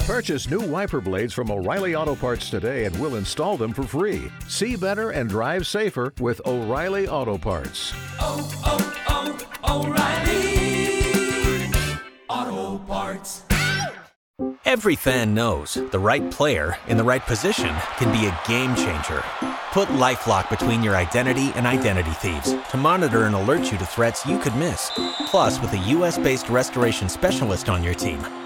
Purchase new wiper blades from O'Reilly Auto Parts today and we'll install them for free. See better and drive safer with O'Reilly Auto Parts. oh, oh, O'Reilly Auto Parts. Every fan knows the right player in the right position can be a game changer. Put LifeLock between your identity and identity thieves to monitor and alert you to threats you could miss. Plus, with a U.S.-based restoration specialist on your team,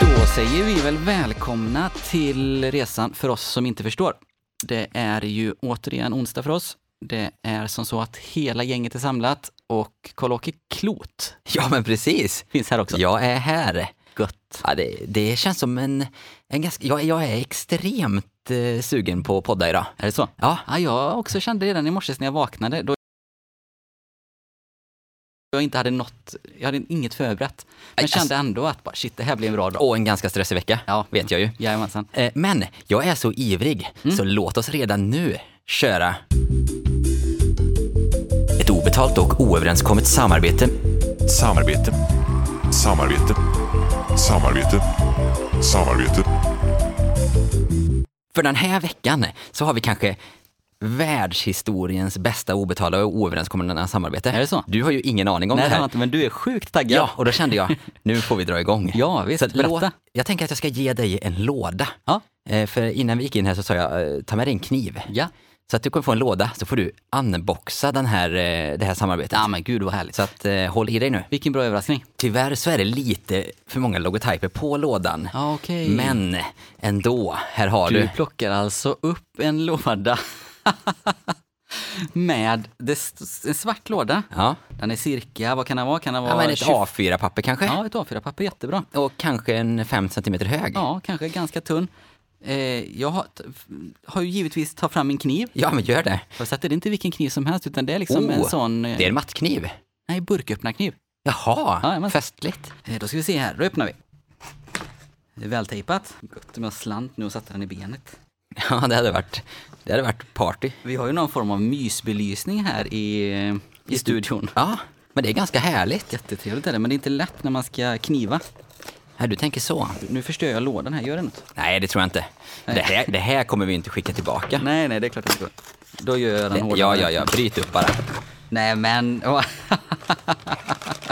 Då säger vi väl välkomna till resan för oss som inte förstår. Det är ju återigen onsdag för oss. Det är som så att hela gänget är samlat och Karl-Åke Klot ja, men precis. finns här också. Jag är här. Gött. Ja, det, det känns som en... en ganska, jag, jag är extremt eh, sugen på att podda idag. Är det så? Ja, Ja, jag också kände redan i morse när jag vaknade, då jag inte hade något, jag hade inget förberett. Men Aj, kände ändå att bara, shit, det här blir en bra dag. och en ganska stressig vecka, Ja. vet jag ju. Jajamensan. Eh, Men jag är så ivrig, Mm. så låt oss redan nu köra ett obetalt och oöverenskommet samarbete Samarbete. Samarbete. Samarbete. Samarbete. För den här veckan så har vi kanske världshistoriens bästa obetalda och oöverenskomna samarbete. Är det så? Du har ju ingen aning om Nej, det det har här. jag inte, men du är sjukt taggad. Ja, och då kände jag, nu får vi dra igång. Ja, visst. så att Berätta. låt, jag tänker att jag ska ge dig en låda. Ja. Eh, för innan vi gick in här så sa jag, eh, ta med dig en kniv. Ja. Så att du kommer få en låda, så får du unboxa den här, eh, det här samarbetet. Ja, men gud vad härligt. Så att eh, håll i dig nu. Vilken bra överraskning. Tyvärr så är det lite för många logotyper på lådan. Ja, okej. Men ändå, här har Du du. plockar alltså upp en låda med det st- en svart låda. Ja. Den är cirka, vad kan den vara? Kan den vara Ja, men ett 20 A4-papper kanske? Ja, ett A4-papper, jättebra. Och kanske en 5 centimeter hög? Ja, kanske ganska tunn. Eh, jag har, f- har ju givetvis tagit fram en kniv. Ja, men gör det. Fast att det är inte vilken kniv som helst, utan det är liksom en Oh, sån... eh, Det är en mattkniv. Nej, burköppnarkniv. Jaha, Ja, jajamän. festligt. Eh, Då ska vi se här, då öppnar vi. Det är vältejpat. Gott om jag slant nu och satte den i benet. Ja, det hade varit, det hade varit party. Vi har ju någon form av mysbelysning här i, eh, i studion. Ja, men det är ganska härligt. Jättetrevligt är det, men det är inte lätt när man ska kniva. Ja, du tänker så? Nu förstör jag lådan här, gör det något? Nej, det tror jag inte. Det här, det här kommer vi inte skicka tillbaka. Nej, nej, det är klart att det går. Då gör jag den Det, hårdare. ja, ja, ja, bryt upp bara. Nej, men... åh.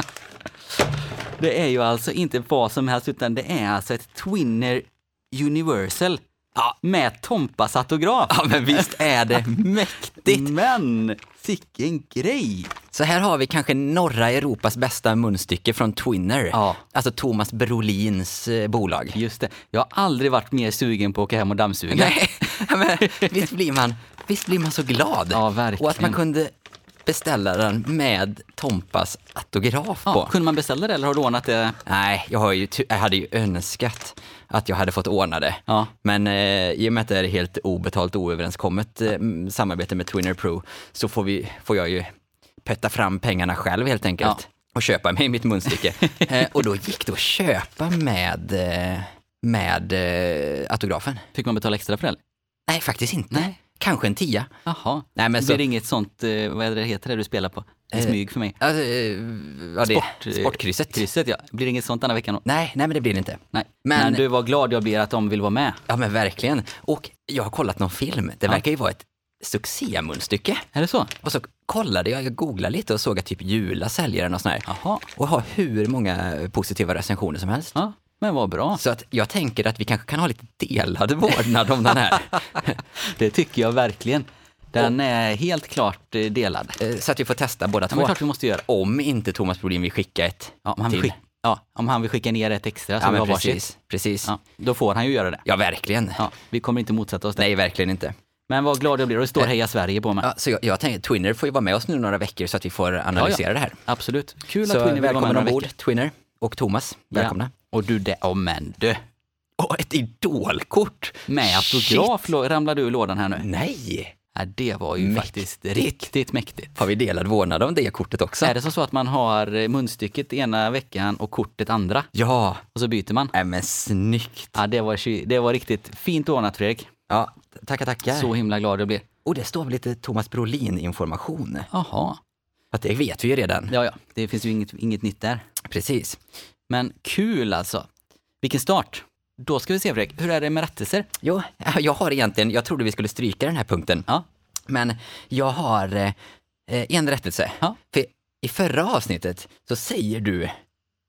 det är ju alltså inte vad som helst, utan det är alltså ett Twinner Universal Ja. med Tompas autograf. Ja, men visst är det mäktigt. Men, sicken grej! Så här har vi kanske norra Europas bästa munstycke från Twinner. Ja. Alltså Thomas Brolins eh, bolag. Just det, jag har aldrig varit mer sugen på att åka hem och dammsuga. Nej, men visst blir man, visst blir man så glad? Ja, verkligen. Och att man kunde beställa den med Tompas autograf Ja, på. kunde man beställa det eller har du ordnat det? Nej, jag, har ju, ty- jag hade ju önskat att jag hade fått ordna det. Ja. Men eh, i och med att det är helt obetalt oöverenskommet eh, m- samarbete med Twinner Pro så får, vi, får jag ju pötta fram pengarna själv helt enkelt. Ja. Och köpa mig mitt munstycke. eh, och då gick det att köpa med, eh, med eh, autografen. Fick man betala extra för det? eller? Nej, faktiskt inte. Kanske en tia. Jaha. Nej, men så så- blir det inget sånt, eh, vad är det heter det du spelar på? I Eh, smyg för mig. Alltså, eh, ja, det, Sport, eh, sportkrysset. Krysset ja. Blir det inget sånt den här veckan? då? Nej, nej, men det blir det inte. Nej. Men... Men- du, var glad jag blir att de vill vara med. Ja, men verkligen. Och jag har kollat någon film. Det verkar ju vara ett succémunstycke. Är det så? Och så kollade jag, jag googlade lite och såg att typ Jula säljer den och sån här. Jaha. Och har hur många positiva recensioner som helst. Ja, men vad bra. Så att jag tänker att vi kanske kan ha lite delad vårdnad om den här. Det tycker jag verkligen. Den är helt klart eh, delad. Eh, Så att vi får testa båda Ja, två. men klart vi måste göra. Om inte Thomas Brolin vill skicka ett Ja, om, han vill till. skicka, ja, om han vill skicka ner ett extra så Ja, vi men har varsitt. precis. precis. Ja. Ja, då får han ju göra det. verkligen. Ja, vi kommer inte motsätta oss det. Nej, verkligen inte. Men vad glad jag blir. Och det står Heja Sverige på mig. Eh. Ja, så jag, jag tänker, Twinner får ju vara med oss nu några veckor så att vi får analysera det här. Absolut. Kul att Så Twinner vill vara med välkommen några ombord, veckor. Twinner och Thomas. Välkomna. Ja. Och du, det, oh, men du. Och ett idolkort! Med autograf lå- ramlade du ur lådan här nu. Nej! Ja, det var ju Mm. Mäktigt. faktiskt riktigt mäktigt. Har vi delad vårdnad om det kortet också? Är det så att man har eh, munstycket ena veckan och kortet andra? Ja! Och så byter man? Nej men snyggt! Ja, det var, tju- det var riktigt fint ordnat Fredrik. Ja, tackar tackar. Så himla glad jag blir. Och det står väl lite Thomas Brolin-information? Jaha. Att det vet vi ju redan. Ja, ja. Det finns ju inget, inget nytt där. Precis. Men kul alltså. Vilken start. Då ska vi se Fredrik, hur är det med rättelser? Jo, jag har egentligen, jag trodde vi skulle stryka den här punkten. Ja. Men jag har eh, en rättelse. Ja. För I förra avsnittet så säger du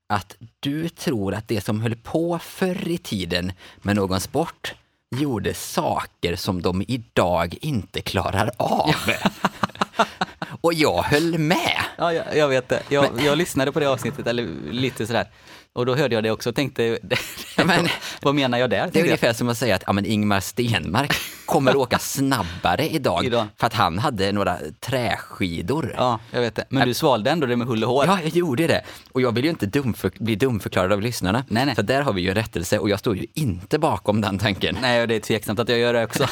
att du tror att det som höll på förr i tiden med någon sport gjorde saker som de idag inte klarar av. Och jag höll med. Ja, jag, jag vet det. Jag, jag lyssnade på det avsnittet, eller lite sådär. Och då hörde jag det också och tänkte, Men- vad menar jag där? Det är tänkte jag. ungefär som att säga att ja, men Ingmar Stenmark kommer att åka snabbare idag, Idag. för att han hade några träskidor. Ja, jag vet det. Men du svalde ändå det med hull och hår. Ja, jag gjorde det. Och jag vill ju inte dumför- bli dumförklarad av lyssnarna. Nej, nej. Så där har vi ju en rättelse och jag står ju inte bakom den tanken. Nej, Nej, och det är tveksamt att jag gör det också.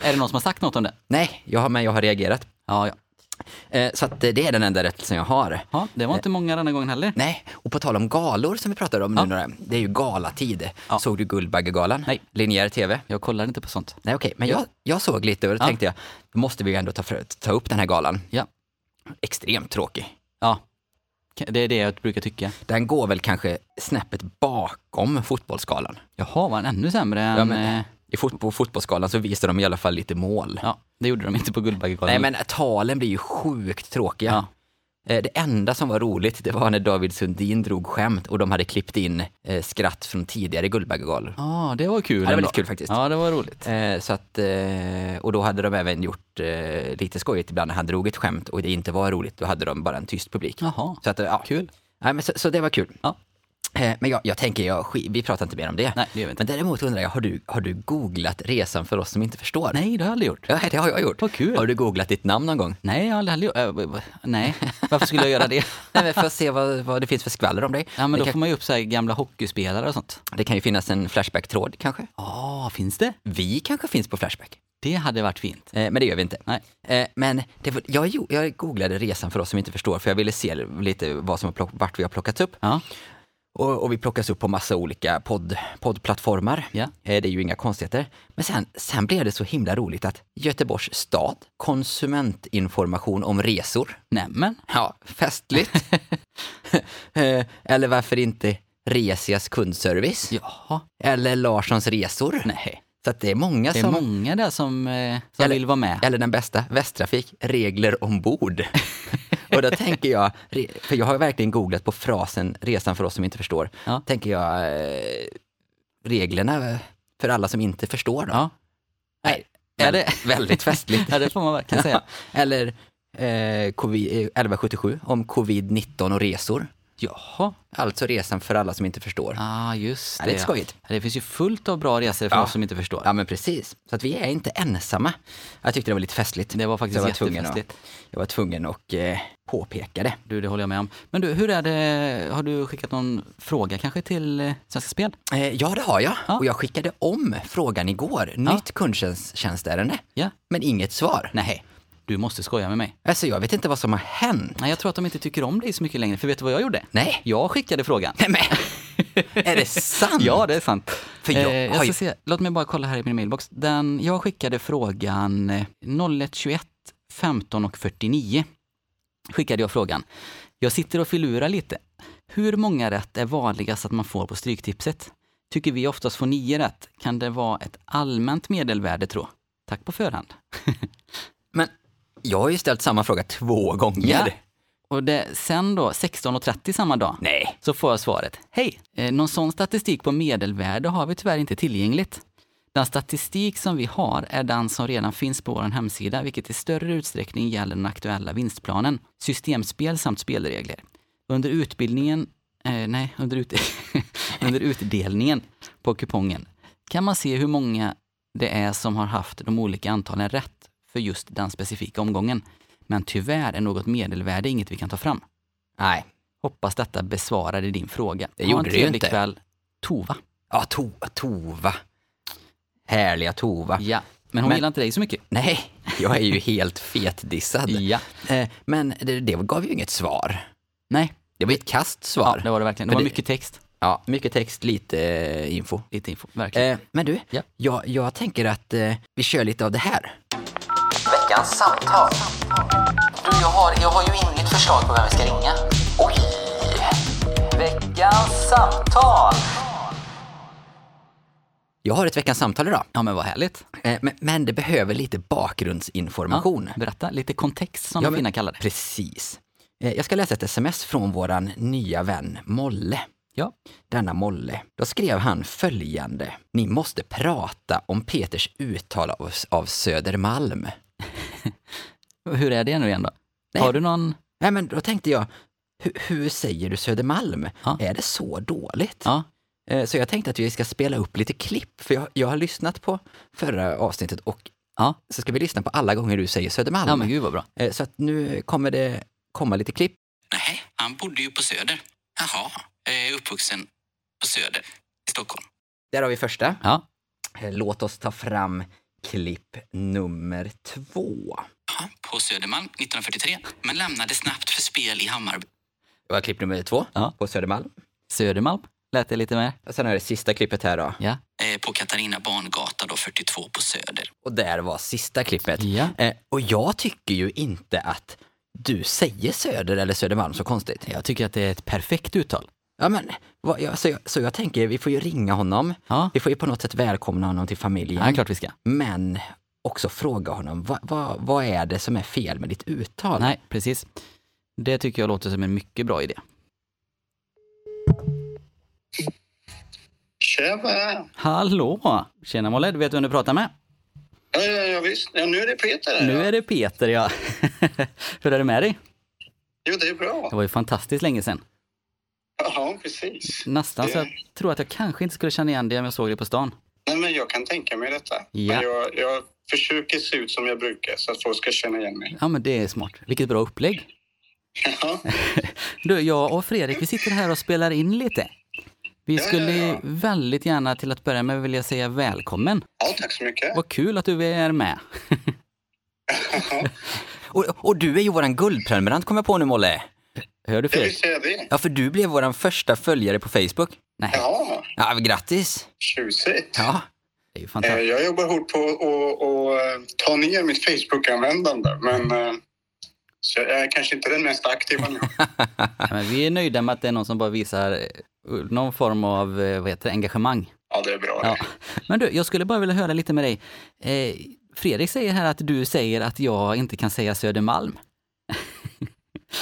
är det någon som har sagt något om det? jag har, men jag har reagerat. Ja, ja. Eh, så att eh, det är den enda rättelsen jag har. ja det var inte många denna gången heller. Nej, och på tal om galor som vi pratade om nu några, det är ju galatid. Såg du Guldbaggegalan? Nej. Linjär TV? Jag kollar inte på sånt. Nej okej, men jag, jag såg lite och då Ja. tänkte jag, då måste vi ju ändå ta, för, ta upp den här galan. Ja. Extremt tråkig. Ja, det är det jag brukar tycka. Den går väl kanske snäppet bakom fotbollsskalan. Jaha, var den ännu sämre än... Ja, Ja, men- eh, I fot på fotbollsskalan så visar de i alla fall lite mål. ja det gjorde de inte på Guldbaggegalan. Nej men talen blir ju sjukt tråkiga. Ja. Eh, Det enda som var roligt det var när David Sundin drog skämt och de hade klippt in eh, skratt från tidigare Guldbaggegalor. Ja, det var kul Ja, det var ändå. lite kul faktiskt. Ja, det var roligt. Eh, Så att, eh, och då hade de även gjort eh, lite skojigt ibland när han drog ett skämt och det inte var roligt. Då hade de bara en tyst publik. Jaha, Så att, eh, ja. kul. Nej, men så, så det var kul. Ja. Eh, Men jag, jag tänker, jag, sk- vi pratar inte mer om det. Nej, det gör vi inte. Men däremot undrar jag, har du, har du googlat resan för oss som inte förstår? Nej, det har jag aldrig gjort. Ja, det har jag gjort. Vad kul. Har du googlat ditt namn någon gång? Nej, jag har aldrig gjort... Äh, v- nej, varför skulle jag göra det? Nej, men för att se vad, vad det finns för skvaller om dig. Ja, men det, då kan, får man ju upp så här gamla hockeyspelare och sånt. det kan ju finnas en Flashback-tråd kanske. Ja, finns det? Vi kanske finns på Flashback. Det hade varit fint. Eh, men det gör vi inte. Nej. Eh, men det var, jag, gjo- jag googlade resan för oss som inte förstår, för jag ville se lite vad som har plock, vart vi har plockats upp. Ja, Och, och vi plockas upp på massa olika podd, poddplattformar. Ja. Eh, det är ju inga konstigheter. Men sen, sen blev det så himla roligt att Göteborgs stad, konsumentinformation om resor. nämen. Ja, festligt. Eh, Eller varför inte Resias kundservice? Jaha, Eller Larssons resor? nej. Så att det är många Det är som... många där som, eh, som Eller- vill vara med. Eller den bästa, Västtrafik, regler ombord. och då tänker jag, re- för jag har verkligen googlat på frasen resan för oss som inte förstår. Ja. Tänker jag, eh, reglerna för alla som inte förstår dem. Ja. Nej, Är väl, det- väldigt festligt. Ja, det får man verkligen säga. Eller eh, covid, eh, 1177 om covid-19 och resor. Jaha, Alltså resan för alla som inte förstår. ah, just Ja, det. det är lite skojigt. Ja, det finns ju fullt av bra resor för Ja. oss som inte förstår. Ja men precis. Så att vi är inte ensamma. Jag tyckte det var lite festligt. Det var faktiskt Så jag tvungen att- jättefestligt. Jag var tvungen att eh, påpeka det. Du, det håller jag med om. Men du, hur är det, har du skickat någon fråga kanske till eh, Svenska Spel? Eh, ja det har jag. Ja. Och jag skickade om frågan igår. Nytt kundtjänstärende. Ja. Men inget svar. Nej, du måste skoja med mig. Alltså jag vet inte vad som har hänt. Nej, jag tror att de inte tycker om dig så mycket längre, för vet du vad jag gjorde? Nej. Jag skickade frågan. Nej men. är det sant? Ja, det är sant. För jag eh, jag har ska ju- se, låt mig bara kolla här i min mailbox. Den, jag skickade frågan eh, 0121 15 och 49. Skickade jag frågan. Jag sitter och filurar lite. Hur många rätt är vanligast att man får på Stryktipset? Tycker vi oftast får nio rätt. Kan det vara ett allmänt medelvärde tro? Tack på förhand. Men jag har ju ställt samma fråga två gånger. Och det, sen då, 16.30 samma dag, Nej. så får jag svaret. Hej! Eh, någon sån statistik på medelvärde har vi tyvärr inte tillgängligt. Den statistik som vi har är den som redan finns på vår hemsida, vilket i större utsträckning gäller den aktuella vinstplanen, systemspel samt spelregler. Under utbildningen, eh, nej, under, ut, under utdelningen på kupongen kan man se hur många det är som har haft de olika antalen rätt för just den specifika omgången. Men tyvärr är något medelvärde inget vi kan ta fram. Nej. Hoppas detta besvarade din fråga. Det ha gjorde en det ju trevlig inte. kväll. Tova. Ja, to, Tova. Härliga Tova. Ja. Men hon Men- gillar inte dig så mycket. Nej, jag är ju helt fetdissad. Ja. Eh, Men det, det gav ju inget svar. Nej. Det var ju ett kasst Ja, svar. det var det verkligen. Det För var det- mycket text. Ja, mycket text, lite eh, info. Lite info. Verkligen. Eh, men du, Ja. jag, jag tänker att eh, vi kör lite av det här. Veckans samtal. Du, jag har, jag har ju inget förslag på vem vi ska ringa. Oj! Veckans samtal. Jag har ett veckans samtal idag. ja, men vad härligt. Eh, men, men det behöver lite bakgrundsinformation. Ja, berätta. Lite kontext som Ja, de men- fina kallar det. Precis. Eh, jag ska läsa ett sms från våran nya vän Molle. Ja. Denna Molle. Då skrev han följande. Ni måste prata om Peters uttal av, av Södermalm. Hur är det nu igen då? Nej. Har du någon... Nej, men då tänkte jag, hu- hur säger du Södermalm? Ja. Är det så dåligt? Ja. Eh, Så jag tänkte att vi ska spela upp lite klipp, för jag, jag har lyssnat på förra avsnittet och Ja. så ska vi lyssna på alla gånger du säger Södermalm. Ja, men gud vad bra. Eh, Så att nu kommer det komma lite klipp. Nej, han bodde ju på Söder. Jaha, jag är uppvuxen på Söder i Stockholm. Där har vi första. Ja. Eh, Låt oss ta fram klipp nummer två. Jaha, på Södermalm 1943, men lämnade snabbt för spel i Hammarby. Det var klipp nummer två Ja. på Södermalm. Södermalm lät det lite mer. Och sen är det sista klippet här då. Ja. Eh, på Katarina Barngata då 42 på Söder. Och där var sista klippet. Ja. Eh, och jag tycker ju inte att du säger Söder eller Södermalm så konstigt. Jag tycker att det är ett perfekt uttal. Ja, men, vad, ja, så, jag, så jag tänker, vi får ju ringa honom. Ja. Vi får ju på något sätt välkomna honom till familjen. Ja, det är klart vi ska. Men också fråga honom, vad, vad, vad är det som är fel med ditt uttal? Nej, precis. Det tycker jag låter som en mycket bra idé. Tjena! Hallå! Tjena Molle, du vet vem du pratar med? Ja, ja, ja, visst. Ja, nu är det Peter här. Nu ja. är det Peter, ja. Hur är det med dig? Jo, det är Det bra. var ju fantastiskt länge sedan. Ja, precis. Nästan så jag tror att jag kanske inte skulle känna igen dig om jag såg dig på stan. Nej, men jag kan tänka mig detta. Ja. Men Jag, jag försöker se ut som jag brukar så att folk ska känna igen mig. Ja, men det är smart. Vilket bra upplägg. Ja, Du, jag och Fredrik, vi sitter här och spelar in lite. Vi ja, skulle ja. väldigt gärna till att börja med vilja säga välkommen. ja tack så mycket. Vad kul att du är med. Och, och du är ju våran guldprenumerant kommer jag på nu Molle. Hör du Jag Fredrik? vill säga det. Ja, för du blev våran första följare på Facebook. Ja, Ja, men grattis! tjusigt. Ja, Det är ju Eh, fantastiskt. Jag jobbar hårt på att och, och, eh, ta ner mitt Facebook-användande, men eh, så jag är kanske inte den mest aktiva nu. Nej, men vi är nöjda med att det är någon som bara visar eh, någon form av eh, vad heter det, engagemang. Ja, det är bra. Ja. det. Men du, jag skulle bara vilja höra lite med dig. Eh, Fredrik säger här att du säger att jag inte kan säga Södermalm.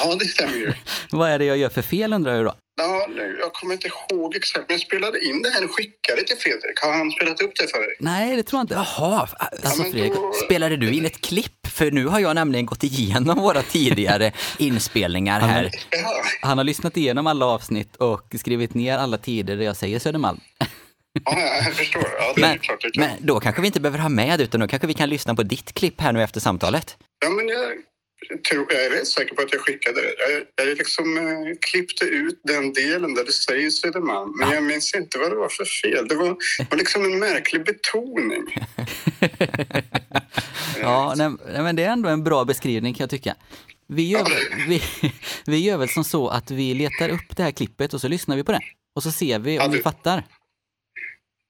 Ja, det stämmer ju. Vad är det jag gör för fel undrar jag då? Ja, nu, jag kommer inte ihåg exakt, men jag spelade in det här och skickade till Fredrik. Har han spelat upp det för dig? Nej, det tror jag inte. jaha. Alltså, men Fredrik, då- spelade du in ett klipp? För nu har jag nämligen gått igenom våra tidigare inspelningar här. Ja, Han har lyssnat igenom alla avsnitt och skrivit ner alla tider där jag säger Södermalm. ja jag förstår. Ja, det är Men, klart det kan. men då kanske vi inte behöver ha med, utan då kanske vi kan lyssna på ditt klipp här nu efter samtalet. Ja, men jag, tror, jag är rätt säker på att jag skickade det. Jag, jag liksom eh, klippte ut den delen där det säger Södermalm, men jag minns inte vad det var för fel. Det var, var liksom en märklig betoning. Ja, nej, nej, men det är ändå en bra beskrivning kan jag tycka. Vi gör, väl- vi, vi gör väl som så att vi letar upp det här klippet och så lyssnar vi på det. Och så ser vi om vi du- fattar.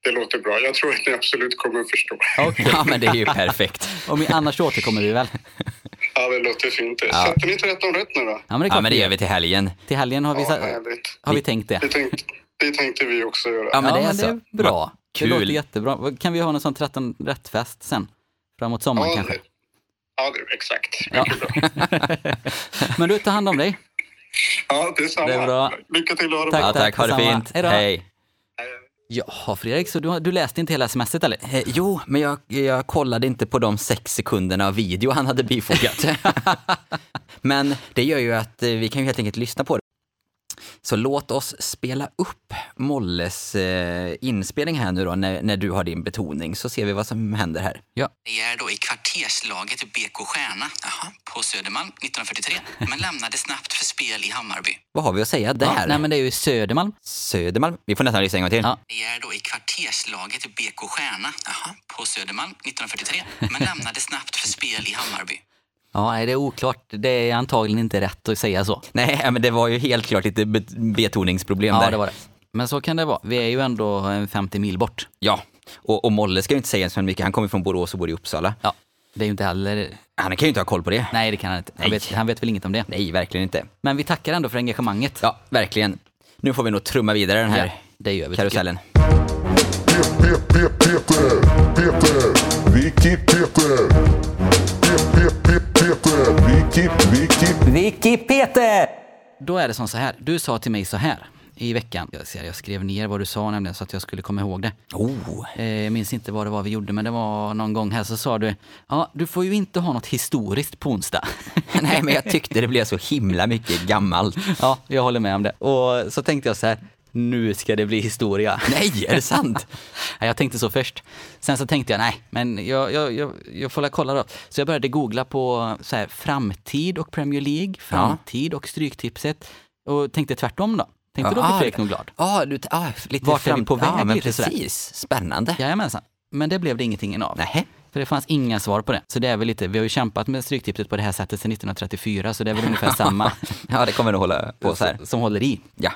Det låter bra. Jag tror att ni absolut kommer att förstå. Ja, men det är ju perfekt. Om vi, annars så återkommer vi väl. Ja, det låter fint. det. Satte ni inte rätt om rätt nu då? Ja, men det, är klart Ja, men det vi gör vi till helgen. Till helgen har vi, Ja, sa- härligt. har vi tänkt det. Det tänkte, det tänkte vi också göra. Ja, men det är det så. är bra. Kul. Det låter jättebra. Vad- Kan vi ha någon sån 13 rätt-fest sen? Framåt sommaren kanske. det- Ja, det, exakt. Ja. Men du, ta hand om dig. Ja, det är samma. Det är bra. Lycka till och ha det Tack. bra. Ja, tack. Ha det detsamma. fint. Hej då. Hej. Jaha, Fredrik, så du, du läste inte hela smset eller? Eh, jo, men jag, jag kollade inte på de sex sekunderna av video han hade bifogat. men det gör ju att eh, vi kan ju helt enkelt lyssna på det. Så låt oss spela upp Molles eh, inspelning här nu då, när, när du har din betoning, så ser vi vad som händer här. Ja, Vi är då i kvarterslaget BK Stjärna Aha, på Södermalm 1943, men lämnade snabbt för spel i Hammarby. Vad har vi att säga där? ja nej men det är ju Södermalm. Södermalm. Vi får nästan lyssna en gång till. Ja. Vi är då i kvarterslaget BK Stjärna Aha, på Södermalm 1943, men lämnade snabbt för spel i Hammarby. Ja, nej, det är oklart. Det är antagligen inte rätt att säga så. Nej, men det var ju helt klart lite bet- betoningsproblem Ja, där. det var det. Men så kan det vara. Vi är ju ändå en 50 mil bort. Ja, och, och Molle ska ju inte säga så mycket. Han kommer från Borås och bor i Uppsala. Ja, det är ju inte heller... Han kan ju inte ha koll på det. Nej, det kan han inte. Han Nej. vet, han vet väl inget om det. Nej, verkligen inte. Men vi tackar ändå för engagemanget. Ja, verkligen. Nu får vi nog trumma vidare den här Ja, det gör vi. tycker jag. karusellen. Då är det som så här. Du sa till mig så här i veckan. Jag, ser, jag skrev ner vad du sa nämligen så att jag skulle komma ihåg det. Oh, Eh, Jag minns inte vad det var vi gjorde, men det var någon gång här så sa du ja, du får ju inte ha något historiskt på onsdag. nej, men jag tyckte det blev så himla mycket gammalt. Ja, jag håller med om det. Och så tänkte jag så här, nu ska det bli historia. Nej, är det sant? Nej, jag tänkte så först. Sen så tänkte jag, nej, men jag, jag, jag, jag får väl kolla då. Så jag började googla på så här, framtid och Premier League, framtid och Stryktipset. Och tänkte tvärtom då. Tänkte då blir ah, Fredrik nog glad. Ja, du, ah, lite Vart är vi fram- på Ja, väg men lite sådär? precis. Spännande. Jajamensan. Men det blev det ingenting av. Nej. För det fanns inga svar på det. Så det är väl lite, vi har ju kämpat med Stryktipset på det här sättet sedan 1934, så det är väl ungefär samma Ja, det kommer nog hålla på så här. som håller i. Ja,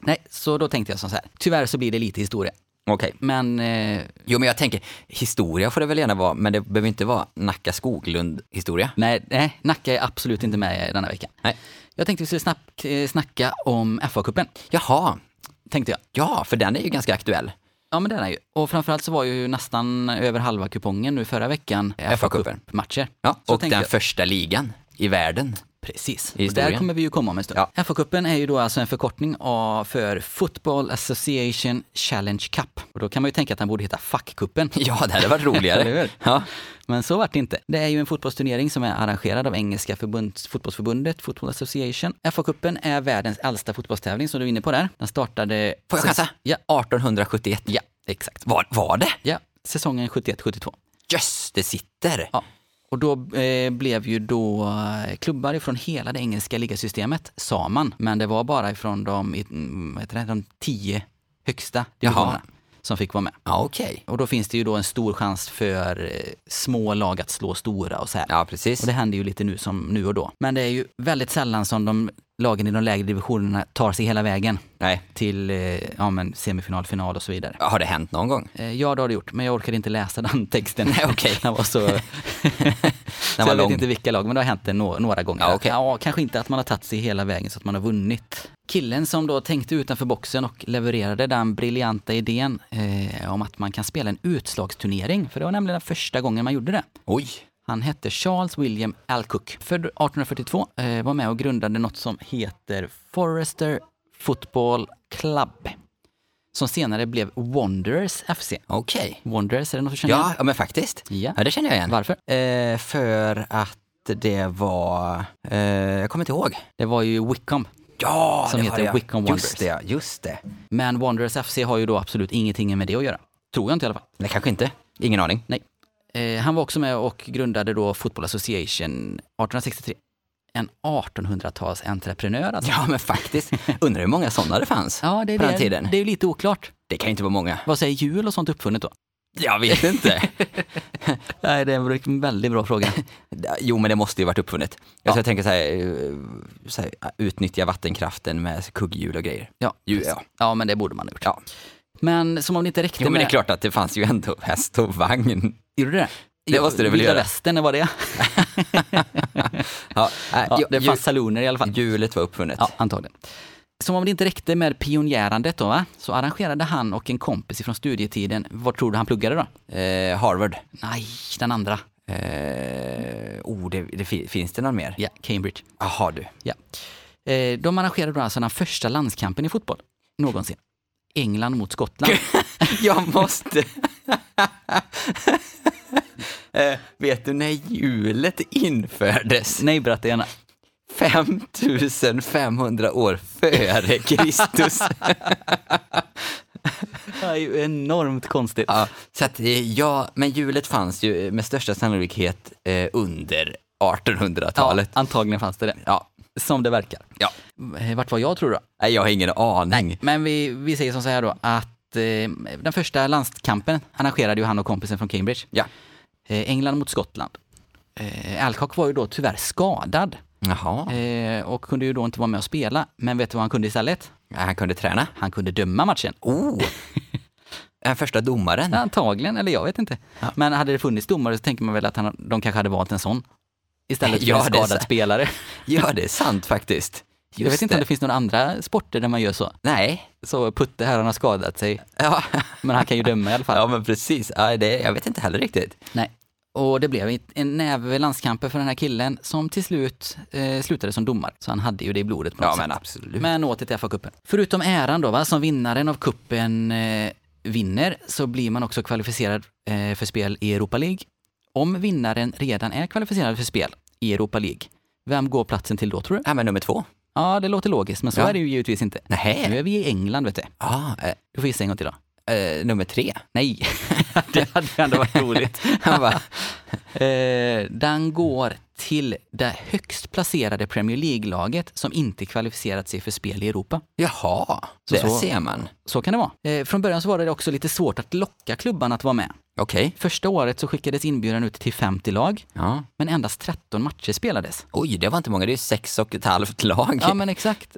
Nej, så då tänkte jag som så här, tyvärr så blir det lite historia. okej. Men eh, Jo, men jag tänker, historia får det väl gärna vara, men det behöver inte vara Nacka Skoglund-historia. Nej, nej, Nacka är absolut inte med denna vecka. Nej. Jag tänkte vi skulle snack, eh, snacka om FA-cupen, Jaha, tänkte jag. ja, för den är ju ganska aktuell. Ja, men det är den ju. Och framförallt så var ju nästan över halva kupongen nu förra veckan FA-cupen. matcher Ja, Så och den tänkte jag. första ligan i världen. Precis. i Och där historien. kommer vi ju komma om en stund. Ja. FA-cupen är ju då alltså en förkortning av för Football Association Challenge Cup. Och då kan man ju tänka att den borde heta Fackcupen. Ja, det hade varit Eller roligare. hur? ja. Men så vart det inte. Det är ju en fotbollsturnering som är arrangerad av engelska förbunds, fotbollsförbundet, Football Association. FA-cupen är världens äldsta fotbollstävling som du är inne på där. Den startade... Får jag chansa? Ja, 1871. ja exakt. Var, var det? Ja, säsongen 71-72. Just det sitter! Ja. Och då eh, blev ju då eh, klubbar ifrån hela det engelska ligasystemet, sa man. Men det var bara ifrån de, i- mm, vad heter det, de tio högsta divisionerna som fick vara med. Ja, okej. Och då finns det ju då en stor chans för eh, små lag att slå stora och så här. Ja, precis. Och det händer ju lite nu som nu och då. Men det är ju väldigt sällan som de lagen i de lägre divisionerna tar sig hela vägen Nej. till eh, ja, men semifinal, final och så vidare. Har det hänt någon gång? Eh, Ja, det har det gjort, men jag orkade inte läsa den texten. Nej, okej. Den var så... den var så jag vet lång. inte vilka lag, men det har hänt det nå- några gånger. Ja, okej. ja, kanske inte att man har tagit sig hela vägen så att man har vunnit. Killen som då tänkte utanför boxen och levererade den briljanta idén eh, om att man kan spela en utslagsturnering, för det var nämligen den första gången man gjorde det. Oj! Han hette Charles William Alcook. Född 1842, eh, var med och grundade något som heter Forrester Football Club. Som senare blev Wanderers FC. Okej. Wanderers, är det något du känner Ja, igen? ja, men faktiskt. Ja. det känner jag igen. Varför? Eh, för att det var... Eh, jag kommer inte ihåg. Det var ju Wickham. Ja, Som det heter var det, ja. Wickham Wanderers. Just det, ja, just det. Men Wanderers FC har ju då absolut ingenting med det att göra. Tror jag inte i alla fall. Nej, kanske inte. Ingen aning. Nej. Eh, han var också med och grundade då Football Association 1863. En 1800-tals entreprenör alltså. Ja, men faktiskt. Undrar hur många sådana det fanns Ja, det är på den det. tiden. Det är ju lite oklart. Det kan ju inte vara många. Vad säger jul och sånt uppfunnet då? Jag vet inte. Nej, det är en väldigt bra fråga. jo, men det måste ju varit uppfunnet. Alltså, jag tänker så här, eh, så här, utnyttja vattenkraften med kugghjul och grejer. Ja, Ju- precis. ja. ja men det borde man ha gjort. Ja. Men som om det inte räckte Jo, med men det är klart att det fanns ju ändå häst och vagn. Gjorde du det? Det måste det väl Vilda göra. västern, var det? Ja, äh, ja, ju- det ju- fanns saloner i alla fall. Hjulet var uppfunnet. Ja, antagligen. Som om det inte räckte med pionjärandet då, va? så arrangerade han och en kompis ifrån studietiden, vad tror du han pluggade då? Eh, Harvard. Nej, den andra. Eh, oh, det, det, fi- finns det någon mer? Ja, Cambridge. Jaha du. Ja. Eh, De arrangerade då alltså den första landskampen i fotboll, någonsin. England mot Skottland. Jag måste... eh, vet du när hjulet infördes? Nej, berätta gärna. 5500 år före Kristus. Det är ju enormt konstigt. Ja, så att, eh, ja, men hjulet fanns ju eh, med största sannolikhet eh, under Ja, 1800-talet. antagligen fanns det det. Ja. Som det verkar. Ja. Eh, Vart var jag tror du då? Nej, jag har ingen aning. Men vi, vi säger som så här då att eh, den första landskampen arrangerade ju han och kompisen från Cambridge. Ja. Eh, England mot Skottland. Eh, Alcock var ju då tyvärr skadad Jaha, eh, och kunde ju då inte vara med och spela. Men vet du vad han kunde istället? han kunde träna. Han kunde döma matchen. Oh! Den första domaren. Antagligen, eller jag vet inte. Men hade det funnits domare så tänker man väl att han, de kanske hade valt en sån. Istället för Ja, en det är skadad så. spelare. Ja, det är sant faktiskt. jag vet Just inte om det finns några andra sporter där man gör så. Nej. Så Putte här, han har skadat sig. Ja, Men han kan ju döma i alla fall. ja men precis. Ja, det, jag vet inte heller riktigt. Nej. Och det blev en näve landskamper för den här killen som till slut eh, slutade som domare. Så han hade ju det i blodet på något Ja, men sätt. absolut. Men åter till FA-cupen. Förutom äran då, va, som vinnaren av kuppen eh, vinner, så blir man också kvalificerad eh, för spel i Europa League. Om vinnaren redan är kvalificerad för spel i Europa League, vem går platsen till då tror du? Ja, men nummer två. Ja, det låter logiskt, men så Ja. är det ju givetvis inte. Nähä. Nu är vi i England, vet du. Ja, eh, Du får gissa en gång till då. eh, nummer tre. Nej, det hade ändå varit roligt. Han bara, Eh, den går till det högst placerade Premier League-laget som inte kvalificerat sig för spel i Europa. jaha, Så, där så. ser man. Så kan det vara. Eh, från början så var det också lite svårt att locka klubbarna att vara med. Okej. Första året så skickades inbjudan ut till 50 lag, Ja. men endast 13 matcher spelades. Oj, det var inte många. Det är ju sex och ett halvt lag. Ja men exakt.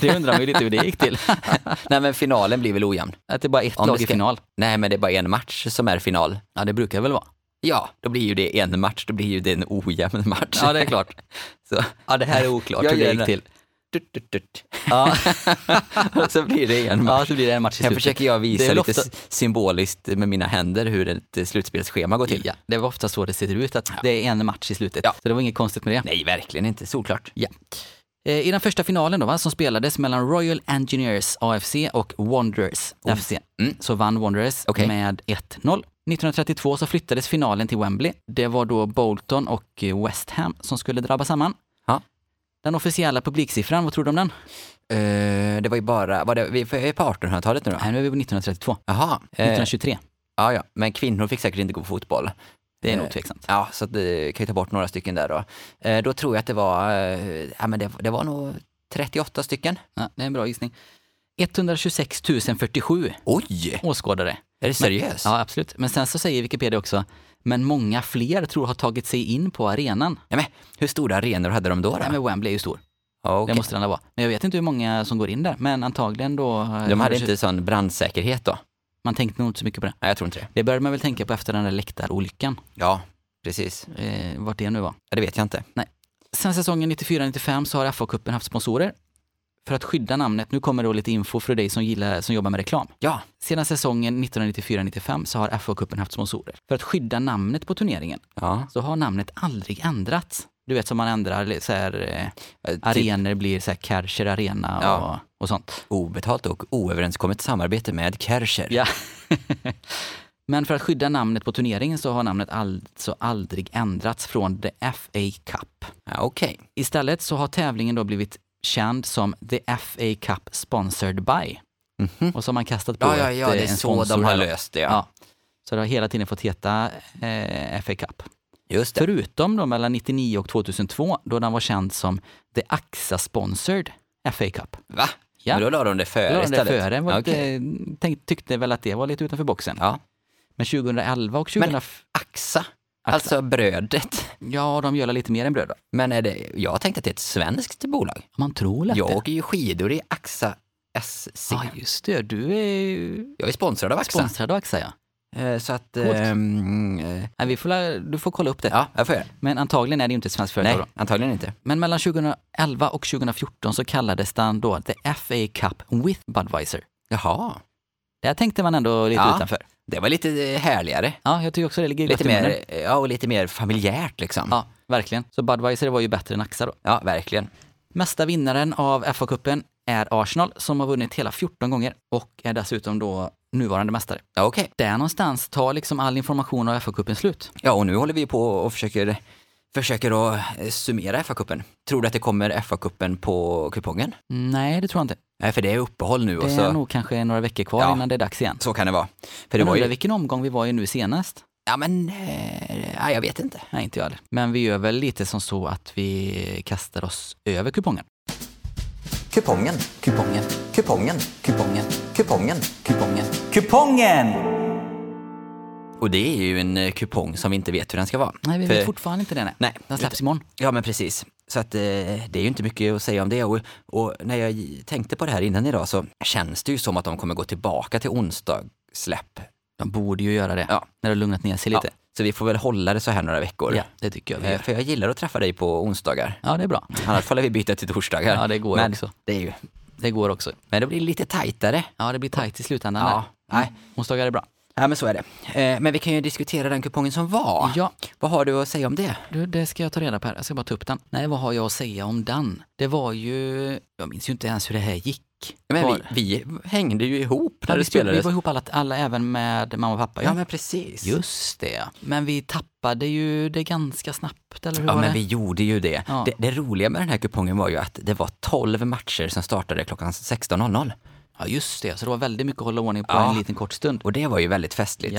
det undrar man ju lite hur det gick till. Nej, men finalen blir väl ojämn? Att det bara är ett Om det lag i ska- final. Nej, men det är bara en match som är final. Ja det brukar väl vara. Ja, då blir ju det en match. Då blir ju det en ojämn match. Ja, det är klart. Så, Ja det här är oklart Jag hur det gör gick det. till. tut, tut, tut. Ja. Och så blir det en match. ja så blir det en match i Här slutet. försöker jag Det är visa väl lite ofta- s- symboliskt med mina händer hur ett eh, slutspelsschema går till. Ja, det var ofta så det ser ut, att det är en match i slutet. Ja. Så det var inget konstigt med det. Nej, verkligen inte. Solklart. Ja. Eh, I den första finalen då, va, som spelades mellan Royal Engineers AFC och Wanderers AFC, Mm. så vann Wanderers Okej. med 1-0. 1932 så flyttades finalen till Wembley. Det var då Bolton och eh, West Ham som skulle drabba samman. Ja. Den officiella publiksiffran, vad tror du om den? Eh, det var ju bara, var det, vi vi är på 1800-talet nu då? Nej, nu är vi på 1932. Jaha. Eh, 1923. ja, ja. Men kvinnor fick säkert inte gå på fotboll. Det är eh, nog tveksamt. Ja, så att, eh, kan ju ta bort några stycken där då. Eh, då tror jag att det var, eh, ja men det, det var nog 38 stycken. Ja, det är en bra gissning. 126 047 Oj! åskådare. Är det seriöst? Ja, absolut. Men sen så säger Wikipedia också, men många fler tror har tagit sig in på arenan. Nej, men, hur stora arenor hade de då? då? Nej, men Wembley är ju stor. Ja, okej. Det måste den vara. Men jag vet inte hur många som går in där. Men antagligen då... eh, De hade inte sån brandsäkerhet då? Man tänkte nog inte så mycket på det. Nej, jag tror inte det. Det började man väl tänka på efter den där läktarolyckan. Ja, precis. Eh, vart det nu var. Ja, det vet jag inte. Sen säsongen 94-95 så har FA-cupen haft sponsorer. För att skydda namnet, nu kommer då lite info för dig som, gillar, som jobbar med reklam. Ja, Sedan säsongen 1994-95 så har FA-cupen haft sponsorer. För att skydda namnet på turneringen ja. så har namnet aldrig ändrats. Du vet som man ändrar så här, eh, Eh, typ- arenor blir så här Kärcher Arena och, Ja. och sånt. Obetalt och oöverenskommet samarbete med Kärcher. Ja. Men för att skydda namnet på turneringen så har namnet alltså aldrig ändrats från The FA Cup. Ja, Okej. Istället så har tävlingen då blivit känd som The FA Cup Sponsored By. Och så har man kastat på Mhm. Ja, ja, ja, ett, eh, det är en så sponsor de har här då. löst det. Ja. Ja. Så det har hela tiden fått heta eh, FA Cup. Just det. Förutom då mellan 99 och 2002 då den var känd som The Axa Sponsored FA Cup. Va? Ja. Men då la de det före Eller det istället. före, var lite, Okej. tänk, tyckte väl att det var lite utanför boxen. Ja. Men 2011 och Men 2000... Axa, alltså brödet. Ja, de gör lite mer än bröd då. Men är det, jag tänkte att det är ett svenskt bolag. Man tror lätt Jag det. åker ju skidor i Axa SC. Ja, just det. Du är ju Jag är sponsrad av Axa. sponsrad av Axa, ja. Eh, Så att... Coolt. ehm, eh, Nej, vi får, la- du får kolla upp det. ja, jag får göra det. Men antagligen är det ju inte ett svenskt företag Nej, då. antagligen inte. Men mellan 2011 och 2014 så kallades den då The FA Cup with Budweiser. Jaha. Där tänkte man ändå lite Ja. utanför. Det var lite eh, härligare. Ja, jag tycker också det ligger gott Lite i munnen. mer, ja, och lite mer familjärt liksom. Ja, verkligen. Så Budweiser var ju bättre än Axa då. Ja, verkligen. Mesta vinnaren av FA-cupen är Arsenal som har vunnit hela 14 gånger och är dessutom då nuvarande mästare. Ja, okej. Där någonstans tar liksom all information av FA-cupen slut. Ja, och nu håller vi på och försöker försöker att eh, summera FA-cupen. Tror du att det kommer FA-cupen på kupongen? Nej, det tror jag inte. Nej, för det är uppehåll nu Det och är så, nog kanske några veckor kvar Ja. innan det är dags igen. så kan det vara. För det Men var undrar ju, vilken omgång vi var i nu senast? ja men, eh, nej, jag vet inte. Nej, inte jag heller. Men vi gör väl lite som så att vi kastar oss över kupongen. Kupongen, kupongen, kupongen, kupongen, kupongen, kupongen. Kupongen! Och det är ju en eh, kupong som vi inte vet hur den ska vara. Nej, vi För- vet fortfarande inte det. Nej. Nej, Den släpps utan- imorgon. Ja men precis. Så att eh, det är ju inte mycket att säga om det och, och när jag tänkte på det här innan idag så känns det ju som att de kommer gå tillbaka till onsdagssläpp. De borde ju göra det. Ja. När det har lugnat ner sig Ja, lite. så vi får väl hålla det så här några veckor. Ja, det tycker jag vi Eh, gör. För jag gillar att träffa dig på onsdagar. Ja, det är bra. Annars får vi byta till torsdagar. Ja, det går men, också. Det är ju, Det går också. men det blir lite tajtare. Ja, det blir tajt i slutändan. Ja, där. nej. Onsdagar är bra. Ja men så är det. Eh, Men vi kan ju diskutera den kupongen som var. Ja. Vad har du att säga om det? Du, det ska jag ta reda på här. Jag ska bara ta upp den. Nej, vad har jag att säga om den? Det var ju... Jag minns ju inte ens hur det här gick. Men Var- vi, vi hängde ju ihop Ja, när vi, spelade, du vi spelades. var ihop alla, alla, även med mamma och pappa. Ja men precis. Just det. Men vi tappade ju det ganska snabbt, eller hur Ja, var men det? vi gjorde ju det. Ja. det. Det roliga med den här kupongen var ju att det var 12 matcher som startade klockan 16.00. Ja, just det. Så det var väldigt mycket att hålla ordning på Ja. en liten kort stund. Och det var ju väldigt festligt.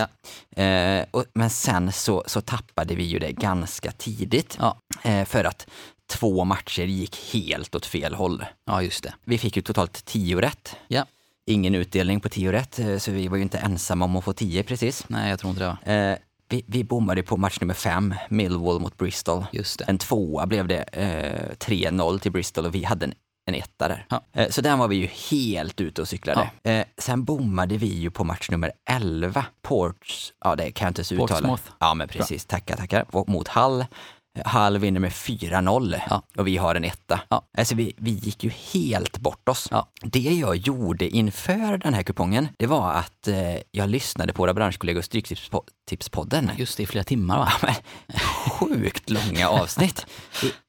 Eh, och, men sen så, så tappade vi ju det ganska tidigt. Ja. Eh, för att två matcher gick helt åt fel håll. Ja, just det. Vi fick ju totalt 10 rätt. Ja. Ingen utdelning på 10 rätt, eh, så vi var ju inte ensamma om att få 10 precis. Nej, jag tror inte det var. Eh, vi, vi bommade på match nummer fem, Millwall mot Bristol. Just det. En tvåa blev det, eh, 3-0 till Bristol och vi hade en, en etta där. Ja. Eh, så den var vi ju helt ute och cyklade. Eh, sen bommade vi ju på match nummer 11, Ports, ja det kan jag inte ens uttala. Portsmouth. Ja men precis, tackar tackar. Och mot Hall. Eh, Hall vinner med 4-0 Ja. och vi har en etta. Ja. Alltså vi, vi gick ju helt bort oss. Ja. Det jag gjorde inför den här kupongen, det var att eh, jag lyssnade på våra branschkollegors Stryktipspodden. Just det, i flera timmar va? Men, sjukt långa avsnitt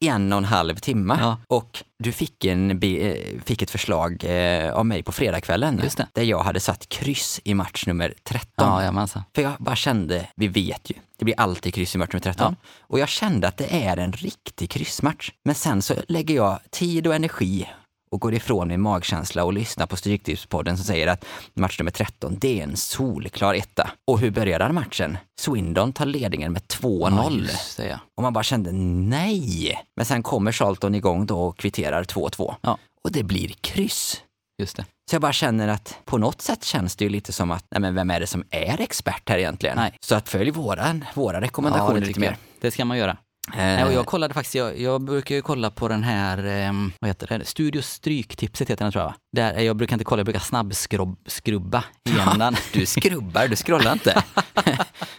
i en och en halv timme. Ja. Och du fick, en, be- eh, fick ett förslag eh, av mig på fredagskvällen Just det. där jag hade satt kryss i match nummer 13. Ja, alltså. jajamensan. För jag bara kände, vi vet ju, det blir alltid kryss i match nummer 13. Och jag kände att det är en riktig kryssmatch. Men sen så lägger jag tid och energi och går ifrån min magkänsla och lyssnar på Stryktipspodden som säger att match nummer 13, det är en solklar etta. Och hur börjar den matchen? Swindon tar ledningen med 2-0. Ja, just det, ja. och man bara kände nej. Men sen kommer Charlton igång då och kvitterar 2-2. Ja. Och det blir kryss. Just det. Så jag bara känner att på något sätt känns det ju lite som att, nej men vem är det som är expert här egentligen? Nej. Så att följ våran, våra rekommendationer lite tycker mer. jag. Det ska man göra. Nej, Eh, och jag kollade faktiskt, jag, jag brukar ju kolla på den här, ehm, vad heter det, Studio Stryktipset heter den tror jag va? Där, eh, jag brukar inte kolla, jag brukar snabbskrubba igenom den. Du skrubbar, du scrollar inte.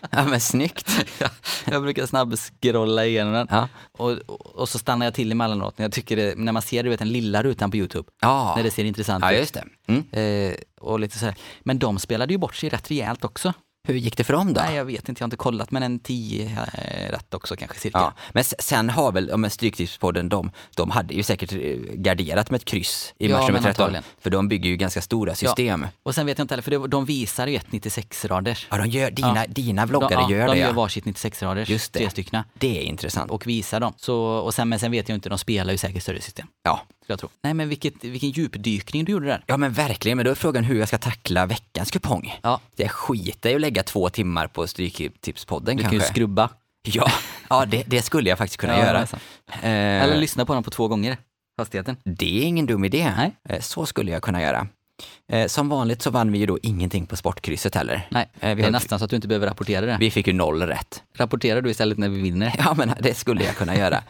ja men snyggt. jag brukar snabbscrolla igenom den. Ja. Och, och, och så stannar jag till emellanåt när jag tycker det, när man ser du vet, den lilla rutan på Youtube. Ja. När det ser intressant ja, ut. just det. Mm. Eh, och lite sådär. Men de spelade ju bort sig rätt rejält också. Hur gick det för dem då? Nej, jag vet inte, jag har inte kollat, men en 10 eh, rätt också kanske cirka. Ja, men s- sen har väl, ja, men Stryktipspodden, de, de hade ju säkert eh, garderat med ett kryss i Ja, match nummer men 13. antagligen. För de bygger ju ganska stora system. Ja, Och sen vet jag inte heller, för det, de visar ju ett 96-raders. de gör, dina, Ja. dina vloggare de, ja, gör de det. gör ja. varsitt 96-raders, Just det. tre stycken. Det är intressant. Och visar dem. Så, och sen, men sen vet jag inte, de spelar ju säkert större system. ja. skulle Jag tro. Nej men vilket, vilken djupdykning du gjorde där. Ja men verkligen, men då är frågan hur jag ska tackla veckans kupong. Ja. Det skiter i att lägga två timmar på Stryktipspodden Du kanske. Eh. kan ju skrubba. ja, ja det, det skulle jag faktiskt kunna Ja, göra. nästan. Eh, Eller lyssna på dem på två gånger. Hastigheten. det är ingen dum idé. Nej. Eh, så skulle jag kunna göra. Eh, som vanligt så vann vi ju då ingenting på sportkrysset heller. Nej, Eh, vi, det är har, nästan så att du inte behöver rapportera det. vi fick ju noll rätt. Rapporterar du istället när vi vinner? Ja men det skulle jag kunna göra.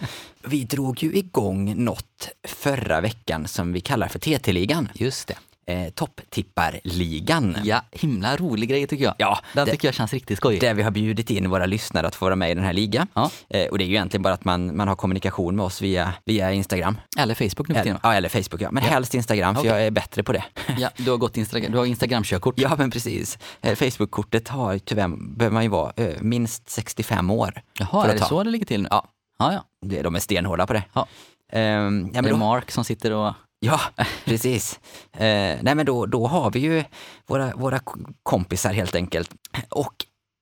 Vi drog ju igång något förra veckan som vi kallar för TT-ligan. Just det. Eh, Topptipparligan. Ja, himla rolig grej tycker jag. Ja, Den det- tycker jag känns riktigt skojig. Där vi har bjudit in våra lyssnare att få vara med i den här ligan. Ja. Eh, och det är ju egentligen bara att man, man har kommunikation med oss via, via Instagram. Eller Facebook nu för tiden. Eller, ja, eller Facebook, ja. men helst Instagram för Okej. jag är bättre på det. Ja, du har gått Instagram, du har Instagram-körkort. ja, men precis. Eh, Facebook-kortet har ju tyvärr, behöver man ju vara eh, minst 65 år. Jaha, för är att det ta. så det ligger till nu? Ja. ja. ja. Det- De är stenhårda på det. Ja. Ehm, ja, det men är då, Mark som sitter och... ja, precis. Eh, nej, men då, då har vi ju våra, våra k- kompisar helt enkelt. Och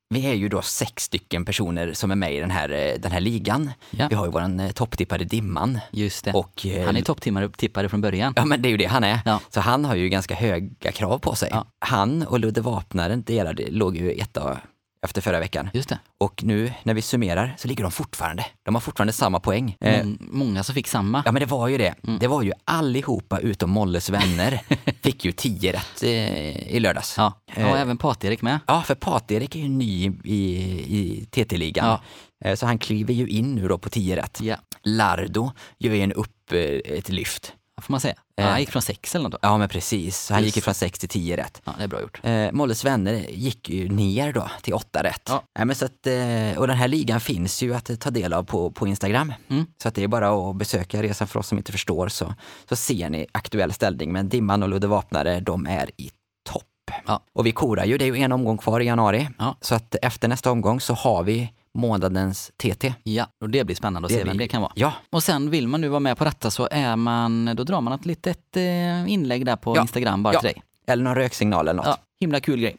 vi är ju då sex stycken personer som är med i den här, eh, den här ligan. Ja. Vi har ju våran eh, topptippare Dimman. Just det. Och, eh, han är topptippare tippare från början. Ja men det är ju det han är. Ja. Så han har ju ganska höga krav på sig. Ja. Han och Ludde Vapnaren delade, låg ju etta efter förra veckan. Just det. Och nu när vi summerar så ligger de fortfarande. De har fortfarande samma poäng. Eh, Mång- många som fick samma. Ja men det var ju det. Mm. Det var ju allihopa utom Molles vänner fick ju 10 rätt eh, i lördags. Ja. Eh, Och även Pat-Erik med. Ja, för Pat-Erik är ju ny i, i TT-ligan. Eh, Så han kliver ju in nu då på 10 rätt. Ja, Lardo gör ju en upp, eh, ett lyft. får man säga. Ja, Eh. han gick från sex eller något. då. Ja men precis, så han Just gick ju det. från 6 till 10 rätt. Ja, det är bra gjort. Eh, Molles vänner gick ju ner då till 8 rätt. Ja. Nej, men så att, eh, och den här ligan finns ju att ta del av på, på Instagram. Mm. Så att det är bara att besöka resan för oss som inte förstår så, så ser ni aktuell ställning. Men Dimman och Ludde Vapnare, de är i topp. Ja. Och vi korar ju, det är ju en omgång kvar i januari. Ja. Så att efter nästa omgång så har vi månadens TT. Ja, och det blir spännande att se vem blir- det kan vara. Ja, Och sen vill man nu vara med på detta så är man, då drar man ett litet eh, inlägg där på Ja. Instagram bara Ja. till dig. eller någon röksignal eller Ja, något. himla kul grej.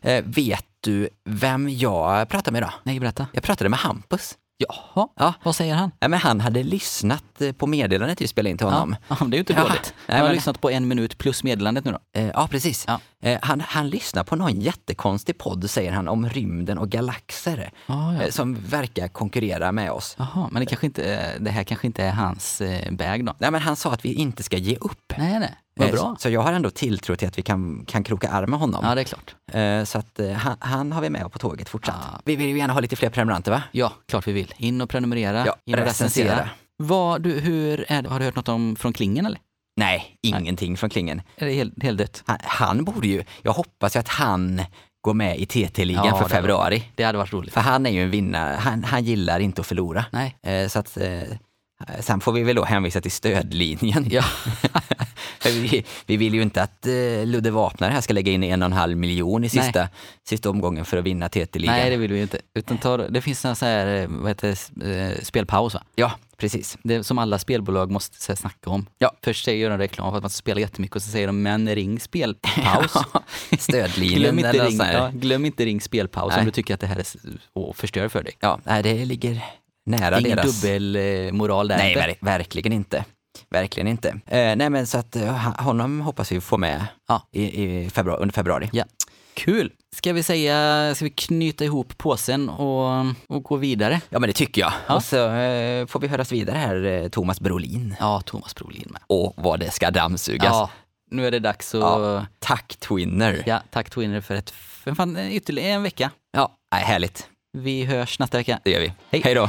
Eh, vet du vem jag pratade med idag? Nej, berätta. Jag pratade med Hampus. Jaha, Ja. vad säger han? Nej, men han hade lyssnat eh, på meddelandet vi spelade in till honom. Ja, men det är ju inte Ja. dåligt. jag Nej, har men- lyssnat på en minut plus meddelandet nu då. Eh, ja, precis. Ja. Eh, han, han lyssnar på någon jättekonstig podd, säger han, om rymden och galaxer. Ah, ja. Eh, som verkar konkurrera med oss. Jaha, men det, kanske inte, eh, det här kanske inte är hans eh, bag då? Nej, men han sa att vi inte ska ge upp. Nej, nej. Vad Eh, bra. Så, så jag har ändå tilltro till att vi kan, kan kroka arm med honom. Ja, det är klart. Eh, så att eh, han, han har vi med på tåget fortsatt. Ja. Vi vill ju gärna ha lite fler prenumeranter, va? Ja, klart vi vill. In och prenumerera, Ja, in och recensera. recensera. Vad, du, hur är det? Har du hört något om från Klingen eller? Nej, ingenting från klingen. Är det helt, helt dött? Han, han borde ju... Jag hoppas ju att han går med i TT-ligan Ja, för det- februari. Det hade varit roligt. För han är ju en vinnare. Han, han gillar inte att förlora. Nej. Eh, så att, eh, sen får vi väl då hänvisa till stödlinjen. Ja. För vi, vi vill ju inte att eh, Ludde Vapnare här ska lägga in en och en halv miljon i sista, sista omgången för att vinna TT-ligan. Nej, det vill vi ju inte. Utan ta, det finns en sån här, eh, vad heter det, s- eh, spelpaus va? Ja, precis. Det som alla spelbolag måste så här, snacka om. Ja. Först säger de reklam för att man ska spela jättemycket och så säger de men ring spelpaus. Stödlinjen glöm, inte eller ring, något sånt här. ja, glöm inte ring spelpaus om Nej. du tycker att det här är s- och förstör för dig. Ja, nej, det ligger nära Ingen deras... dubbelmoral där. Nej, inte. ver- verkligen inte. Verkligen inte. Eh, nej, men så att eh, honom hoppas vi få med Ja. i, i februari, under februari. Ja. Kul! Ska vi säga, ska vi knyta ihop påsen och, och gå vidare? Ja, men det tycker jag. Ja. Och så eh, får vi höras vidare här, eh, Thomas Brolin. Ja, Thomas Brolin med. Och vad det ska dammsugas. Ja, nu är det dags att... Ja. Ja, Tack Twinner. tack Twinner för ett, för fan, ytterligare en vecka. Ja, nej, härligt. Vi hörs nästa vecka. Det gör vi. Hej. Hej då.